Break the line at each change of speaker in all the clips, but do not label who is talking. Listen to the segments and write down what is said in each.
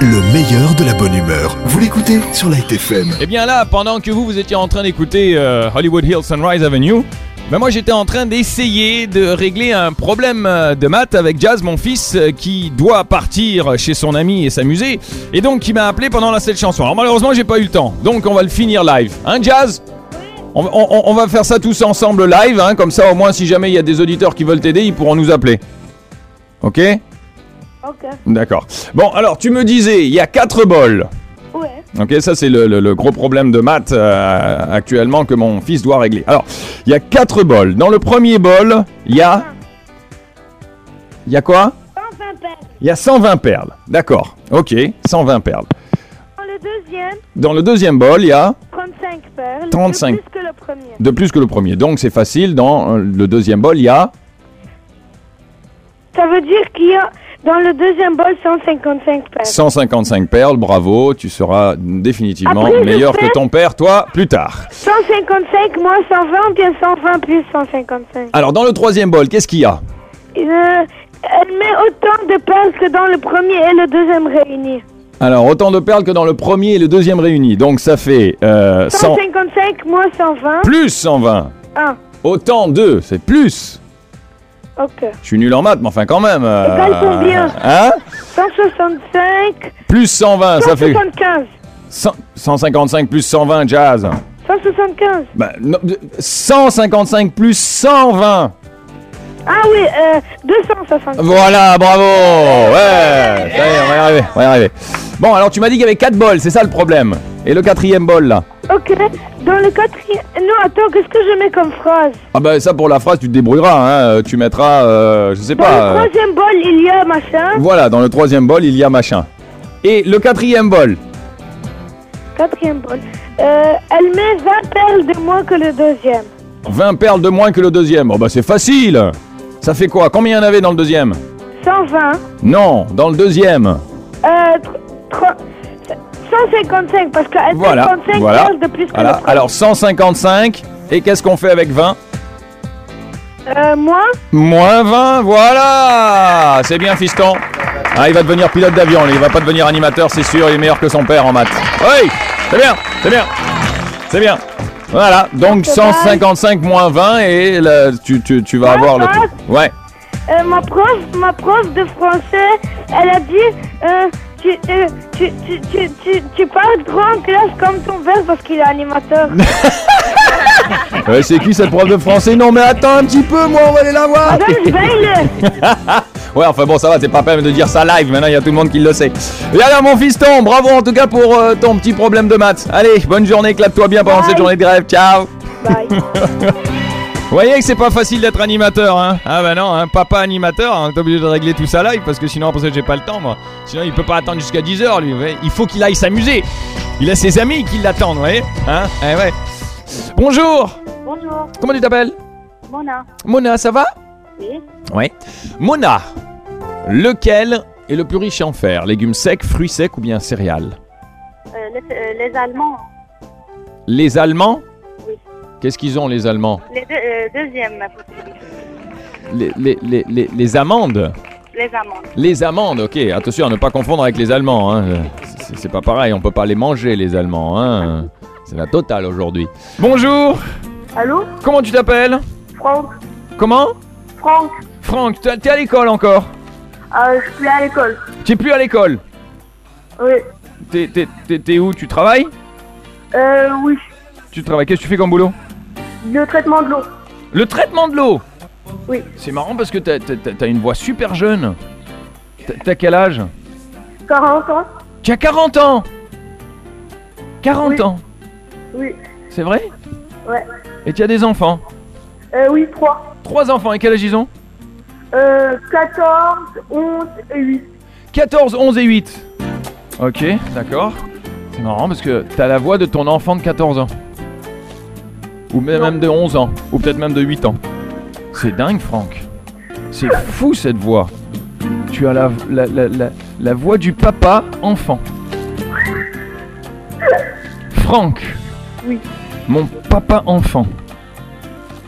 le meilleur de la bonne humeur. Vous l'écoutez sur Light FM.
Eh bien là, pendant que vous, vous étiez en train d'écouter euh, Hollywood Hills Sunrise Avenue, ben moi j'étais en train d'essayer de régler un problème euh, de maths avec Jazz, mon fils, euh, qui doit partir chez son ami et s'amuser, et donc qui m'a appelé pendant la cette chanson. Alors malheureusement j'ai pas eu le temps, donc on va le finir live. Hein Jazz on, on- on va faire ça tous ensemble live, hein, comme ça au moins si jamais il y a des auditeurs qui veulent t'aider, ils pourront nous appeler. Ok
Ok.
D'accord. Bon alors tu me disais, il y a quatre bols.
Ouais.
Ok, ça c'est le, le- le gros problème de maths euh, actuellement que mon fils doit régler. Alors, il y a quatre bols. Dans le premier bol, il y a... Il y a quoi
120 paires.
Il y a 120 perles. D'accord, ok, 120 perles.
Dans le deuxième,
Dans le deuxième bol, il y a
35 paires. le
35.
Plus que le premier.
de plus que le premier. Donc c'est facile, dans euh, le deuxième bol, il y a...
Ça veut dire qu'il y a dans le deuxième bol 155 paires.
155 perles, bravo, tu seras définitivement
Après, je
meilleur
fais-
que ton père, toi, plus tard.
155 moins 120, bien 120 plus 155.
Alors, dans le troisième bol, qu'est-ce qu'il y a
Euh, elle met autant de paires que dans le premier et le deuxième réunis.
Alors, autant de perles que dans le premier et le deuxième réunis. Donc ça fait euh, 100
155 moins 120.
plus 120.
1.
Autant deux, c'est plus.
Ok.
Je suis nul en maths, mais enfin quand même. euh,
Égal combien
Hein
165.
Plus 120, Ah, ça fait
175.
100 155 plus 120, jazz.
175.
Ben, non, 155 plus 120.
Ah oui, euh, 260.
Voilà, bravo. Ouais, ça y est, on va y arriver, on va y arriver. Bon, alors tu m'as dit qu'il y avait 4 bols, c'est ça le problème. Et le quatrième bol là
Ok. Dans le quatrième. Non, attends, qu'est-ce que je mets comme phrase
Ah ben ça pour la phrase, tu te débrouilleras. Hein. euh, Tu mettras, euh, je sais
Dans
pas. euh,
le troisième bol, il y a machin.
Voilà, dans le troisième bol, il y a machin. Et le quatrième bol
Quatrième bol. Euh, elle met 20 perles de moins que le deuxième.
20 perles de moins que le deuxième. Oh bah c'est facile Ça fait quoi Combien il y en avait dans le deuxième
120.
Non, dans le deuxième.
Euh, tr- tro- 155, parce qu'elle met
Voilà,
55
voilà.
perles de plus que
Voilà.
le premier.
Alors 155. Et qu'est-ce qu'on fait avec 20
Euh, moins
Moins 20, voilà C'est bien fiston. Ah, il va devenir pilote d'avion, lui. il va pas devenir animateur, c'est sûr, il est meilleur que son père en maths. Oui, c'est bien, c'est bien, c'est bien. Voilà, donc
C'est pas mal.
155 moins 20 et là, tu, tu- tu vas
Ah,
avoir le...
ah.
tout. Ouais.
Euh, ma prof, ma prof de français, elle a dit, euh, tu, euh, tu, tu, tu, tu, tu parles trop en classe comme ton père parce qu'il est animateur.
Euh, c'est qui cette prof de français Non mais attends un petit peu, moi on va aller la voir
Donc je vais le...
Ouais enfin bon ça va, c'est pas peine de dire ça live, maintenant il y a tout le monde qui le sait. Et alors mon fiston, bravo en tout cas pour euh, ton petit problème de maths. Allez, bonne journée, clappe-toi bien pendant
Bye.
cette journée de grève, ciao
Bye.
Vous voyez que c'est pas facile d'être animateur, hein Ah bah non, hein, papa animateur, hein, t'es obligé de régler tout ça live parce que sinon après ça j'ai pas le temps moi. Sinon il peut pas attendre jusqu'à 10h lui, vous voyez. il faut qu'il aille s'amuser. Il a ses amis qui l'attendent, vous voyez Hein Eh ouais. Bonjour
Bonjour,
Comment tu t'appelles
Mona.
Mona, ça va
Oui.
Ouais. Mona, lequel est le plus riche en fer Légumes secs, fruits secs ou bien céréales
Euh, les, Allemands,
Les Allemands
Oui.
Qu'est-ce qu'ils ont les Allemands
les euh, deuxièmes
les, les, les, les- les amandes
les Allemands.
Les amandes, ok. Attention à ne pas confondre avec les Allemands. hein. C'est- C'est pas pareil, on peut pas les manger les Allemands. hein. C'est la totale aujourd'hui. Bonjour,
Allô
comment tu t'appelles
Franck
Comment
Franck
Franck, t'es t'es à l'école encore
euh, Je suis à l'école.
T'es plus à l'école
Oui.
T'es- T'es t'es- t'es où Tu travailles
Euh, oui.
Tu travailles, qu'est-ce que tu fais comme boulot
Le traitement de l'eau.
Le traitement de l'eau
Oui.
C'est marrant parce que t'as- t'as t'as une voix super jeune. T'as- T'as quel âge
40 ans
Tu as 40 ans 40
Oui.
ans
Oui.
C'est vrai
Ouais.
Et tu as des enfants
Euh, oui, 3.
Trois enfants, et quel âge ils ont
Euh, 14, 11 et 8.
14, 11 et 8. Ok, d'accord. C'est marrant parce que t'as la voix de ton enfant de 14 ans. Ou même, même de 11 ans. Ou peut-être même de 8 ans. C'est dingue, Franck. C'est fou cette voix. Tu as la, la, la- la- la voix du papa enfant. Franck.
Oui.
Mon papa enfant.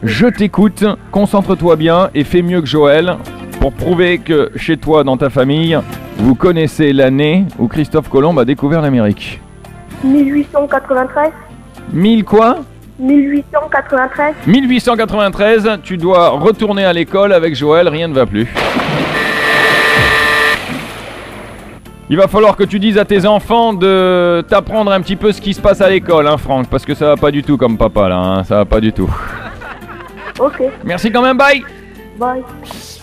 Je t'écoute, concentre-toi bien et fais mieux que Joël pour prouver que chez toi, dans ta famille, Vous connaissez l'année où Christophe Colomb a découvert l'Amérique
1893
1000 quoi
1893
1893, tu dois retourner à l'école avec Joël, rien ne va plus. Il va falloir que tu dises à tes enfants de t'apprendre un petit peu ce qui se passe à l'école, hein Franck, parce que ça va pas du tout comme papa là, hein, ça va pas du tout.
Ok,
Merci quand même, bye
bye.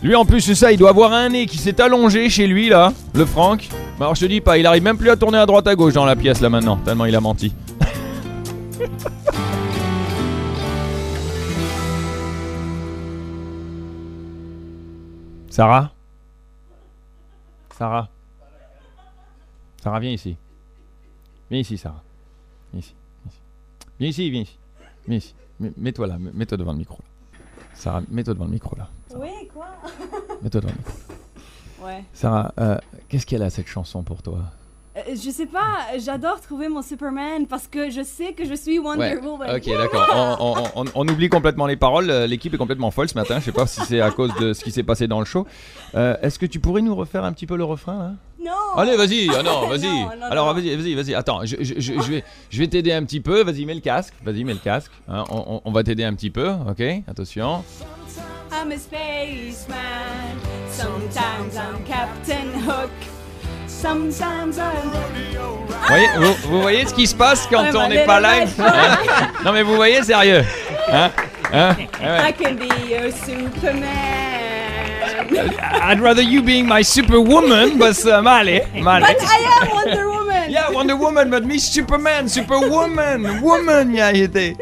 Lui en plus c'est ça, il doit avoir un nez qui s'est allongé chez lui là, le Franck. Bah alors je te dis pas, il arrive même plus à tourner à droite à gauche dans la pièce là maintenant, tellement il a menti. Sarah Sarah Sarah, viens ici. Viens ici, Sarah. Viens ici. Viens ici, viens ici. Viens ici. Mets- Mets-toi là, mets-toi devant le micro. là. Sarah, mets-toi devant le micro là.
Oui, quoi
Mets-toi devant le micro.
Ouais.
Sarah, euh, qu'est-ce qu'elle a cette chanson pour toi
Euh, je sais pas, euh, j'adore trouver mon Superman parce que je sais que je suis Wonder Woman.
Ok, d'accord. On, on- on- on oublie complètement les paroles. Euh, L'équipe est complètement folle ce matin. Je sais pas si c'est à cause de ce qui s'est passé dans le show. Euh, Est-ce que tu pourrais nous refaire un petit peu le refrain là
Non
Allez, vas-y. Ah non, vas-y.
Oh. Non, non,
Alors
non.
vas-y, vas-y, vas-y. Attends, je, je- je- je vais, je vais t'aider un petit peu. Vas-y, mets le casque. Vas-y, mets le casque. Hein, on, on- on va t'aider un petit peu. Ok, attention.
I'm a spaceman. Sometimes I'm Captain Hook. Sometimes I'm.
Vous voyez, vous- vous voyez ce qui se passe quand
Ouais,
on
bah,
n'est pas
mais-
live Hein Non mais vous voyez, sérieux. Hein Hein Ouais.
I can be your Superman.
I'd rather you being my superwoman, but uh, Male, Male.
But I am Wonder Woman.
Yeah, Wonder Woman, but me Superman, Superwoman, Woman, yeah, il était.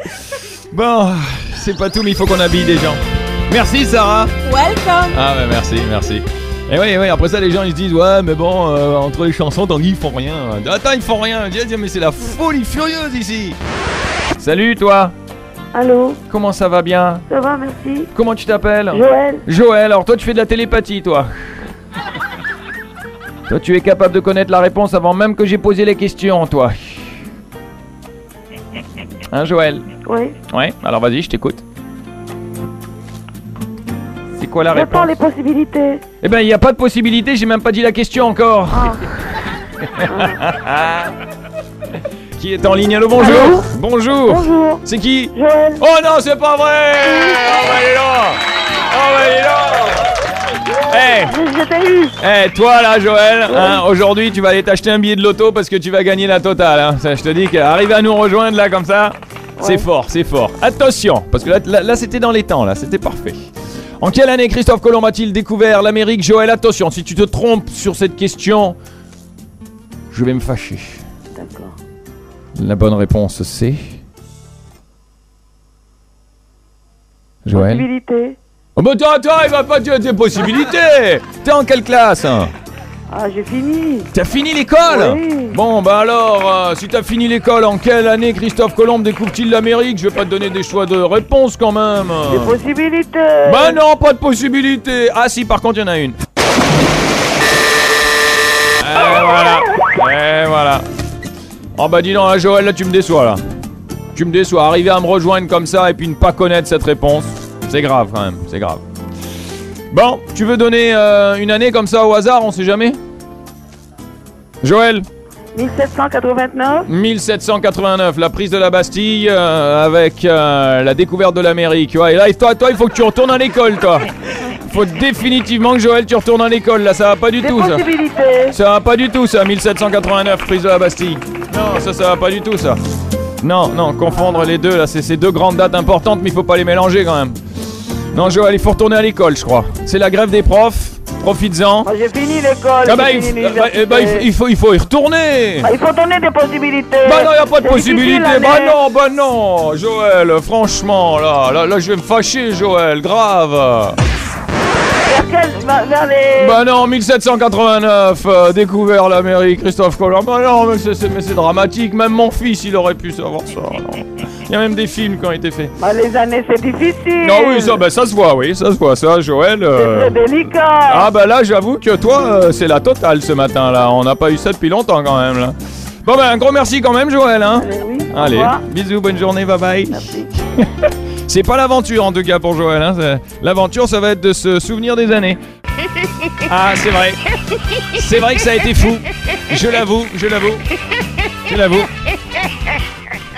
Bon, c'est pas tout, mais il faut qu'on habille des gens. Merci Sarah.
Welcome.
Ah bah merci, merci. Et oui, oui, après ça, les gens ils se disent Ouais, mais bon, euh, entre les chansons, tant qu'ils font rien. Attends, ils font rien. Dis, dis, Mais c'est la folie furieuse ici. Salut toi,
Allô,
comment ça va bien
ça va, merci.
Comment tu t'appelles
Joël,
Joël, alors toi tu fais de la télépathie, toi. toi tu es capable de connaître la réponse avant même que j'ai posé les questions, toi. Hein, Joël
ouais.
Ouais, alors vas-y, je t'écoute. C'est quoi la
J'attends
réponse
les possibilités.
Eh ben, il n'y a pas de possibilité, j'ai même pas dit la question encore.
Ah.
Qui est en ligne Allô, bonjour Bonjour
Bonjour,
C'est qui
Joël.
Oh non, c'est pas vrai Oh, bah, il est là Oh, bah, il est là Eh
Je, je t'ai eu.
Eh toi là Joël, hein, aujourd'hui tu vas aller t'acheter un billet de loto parce que tu vas gagner la totale. hein. Ça, je te dis qu'arriver à nous rejoindre là comme ça, c'est
Ouais.
fort, c'est fort. Attention, parce que là, là, là, c'était dans les temps, là c'était parfait. En quelle année Christophe Colomb a-t-il découvert l'Amérique Joël, attention, si tu te trompes sur cette question, je vais me fâcher.
D'accord.
La bonne réponse c'est... Joël
Possibilités.
Oh bah attends, attends, il va pas dire des possibilités T'es en quelle classe hein
Ah, j'ai fini.
T'as fini l'école
Oui.
Bon, bah alors, euh, si t'as fini l'école, en quelle année Christophe Colomb découvre-t-il l'Amérique Je vais pas te donner des choix de réponse quand même.
Des possibilités.
Bah non, pas de possibilité. Ah si, par contre, il y en a une. Et voilà. Et voilà. Oh bah dis donc, là, Joël, là tu me déçois là. Tu me déçois. Arriver à me rejoindre comme ça et puis ne pas connaître cette réponse, c'est grave quand même. C'est grave. Bon, tu veux donner euh, une année comme ça au hasard, on sait jamais Joël
1789.
1789, la prise de la Bastille euh, avec euh, la découverte de l'Amérique. Ouais, et là, toi, toi, il faut que tu retournes à l'école, toi. Faut définitivement que Joël, tu retournes à l'école. Là, ça va pas du
Des
tout, ça.
possibilités.
Ça va pas du tout, ça. 1789, prise de la Bastille. Non, ça, ça va pas du tout, ça. Non, non, confondre les deux, là, c'est ces deux grandes dates importantes, mais il faut pas les mélanger quand même. Non, Joël, il faut retourner à l'école, je crois. C'est la grève des profs. Profites-en.
Moi, j'ai fini l'école.
Ah bah,
j'ai
il,
fini
f- bah, eh bah, il f-
l'université.
il faut, il faut y retourner.
Bah, il faut donner des possibilités.
Bah non, y a pas de
C'est
possibilité.
difficile,
Bah
l'année.
non, bah non, Joël, franchement, là, là, là, je vais me fâcher, Joël, grave.
Vers quel- vers- vers les-
Bah non, 1789, euh, découvert l'Amérique, Christophe Colomb. Bah non, mais c'est- c'est mais c'est dramatique. Même mon fils, il aurait pu savoir ça. Il y a même des films qui ont été faits.
Bah, les années, c'est difficile.
Non, oui, ça, bah, ça se voit, oui, ça se voit, ça, Joël.
C'est
euh,
très délicat.
Ah bah là j'avoue que toi euh, c'est la totale ce matin là, on n'a pas eu ça depuis longtemps quand même là. Bon bah un gros merci quand même Joël hein.
Allez, oui, au
Allez,
revoir.
bisous, bonne journée, bye bye.
Merci.
C'est pas l'aventure en tout cas pour Joël. hein, c'est- L'aventure, ça va être de se souvenir des années. Ah, c'est vrai. C'est vrai que ça a été fou. Je l'avoue, je l'avoue. Je l'avoue.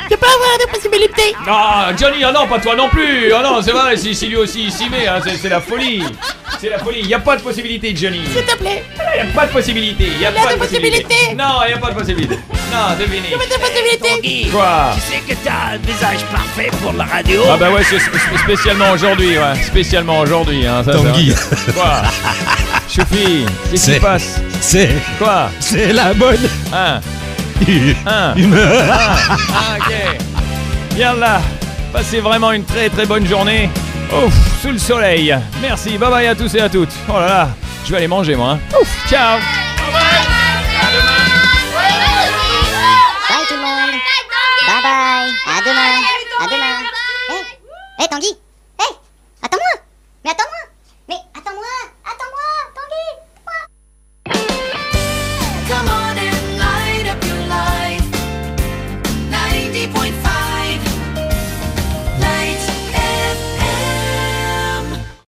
Je peux avoir des possibilités
Ah, Johnny, ah non, pas toi non plus. Ah non, c'est vrai, si, si lui aussi il s'y met, hein, c'est c'est la folie. C'est la folie. Il n'y a pas de possibilité, Johnny. Ah,
S'il te plaît
Il n'y a pas de possibilité. Il n'y
y a
a, pas de
des
possibilité.
possibilités.
Non, il n'y a pas de possibilité. Non, c'est fini.
Je veux des possibilités
Tanguy,
Quoi
tu sais que t'as un visage parfait pour la radio.
Ah bah ouais, c'est- c'est spécialement aujourd'hui, ouais. Spécialement aujourd'hui, hein. Ça, c'est
Tanguy,
vrai. Quoi Choupi, qu'est-ce qui se
C'est-
passe
c'est,
Quoi
c'est la bonne
Hein Hein
humeur.
Ah, ok. Bien là. Passez vraiment une très très bonne journée. Ouf, sous le soleil. Merci. Bye bye à tous et à toutes. Oh là là, je vais aller manger moi. hein. Ouf, ciao.
Bye tout le monde. Bye bye. À demain. À demain. Eh, Eh, Tanguy,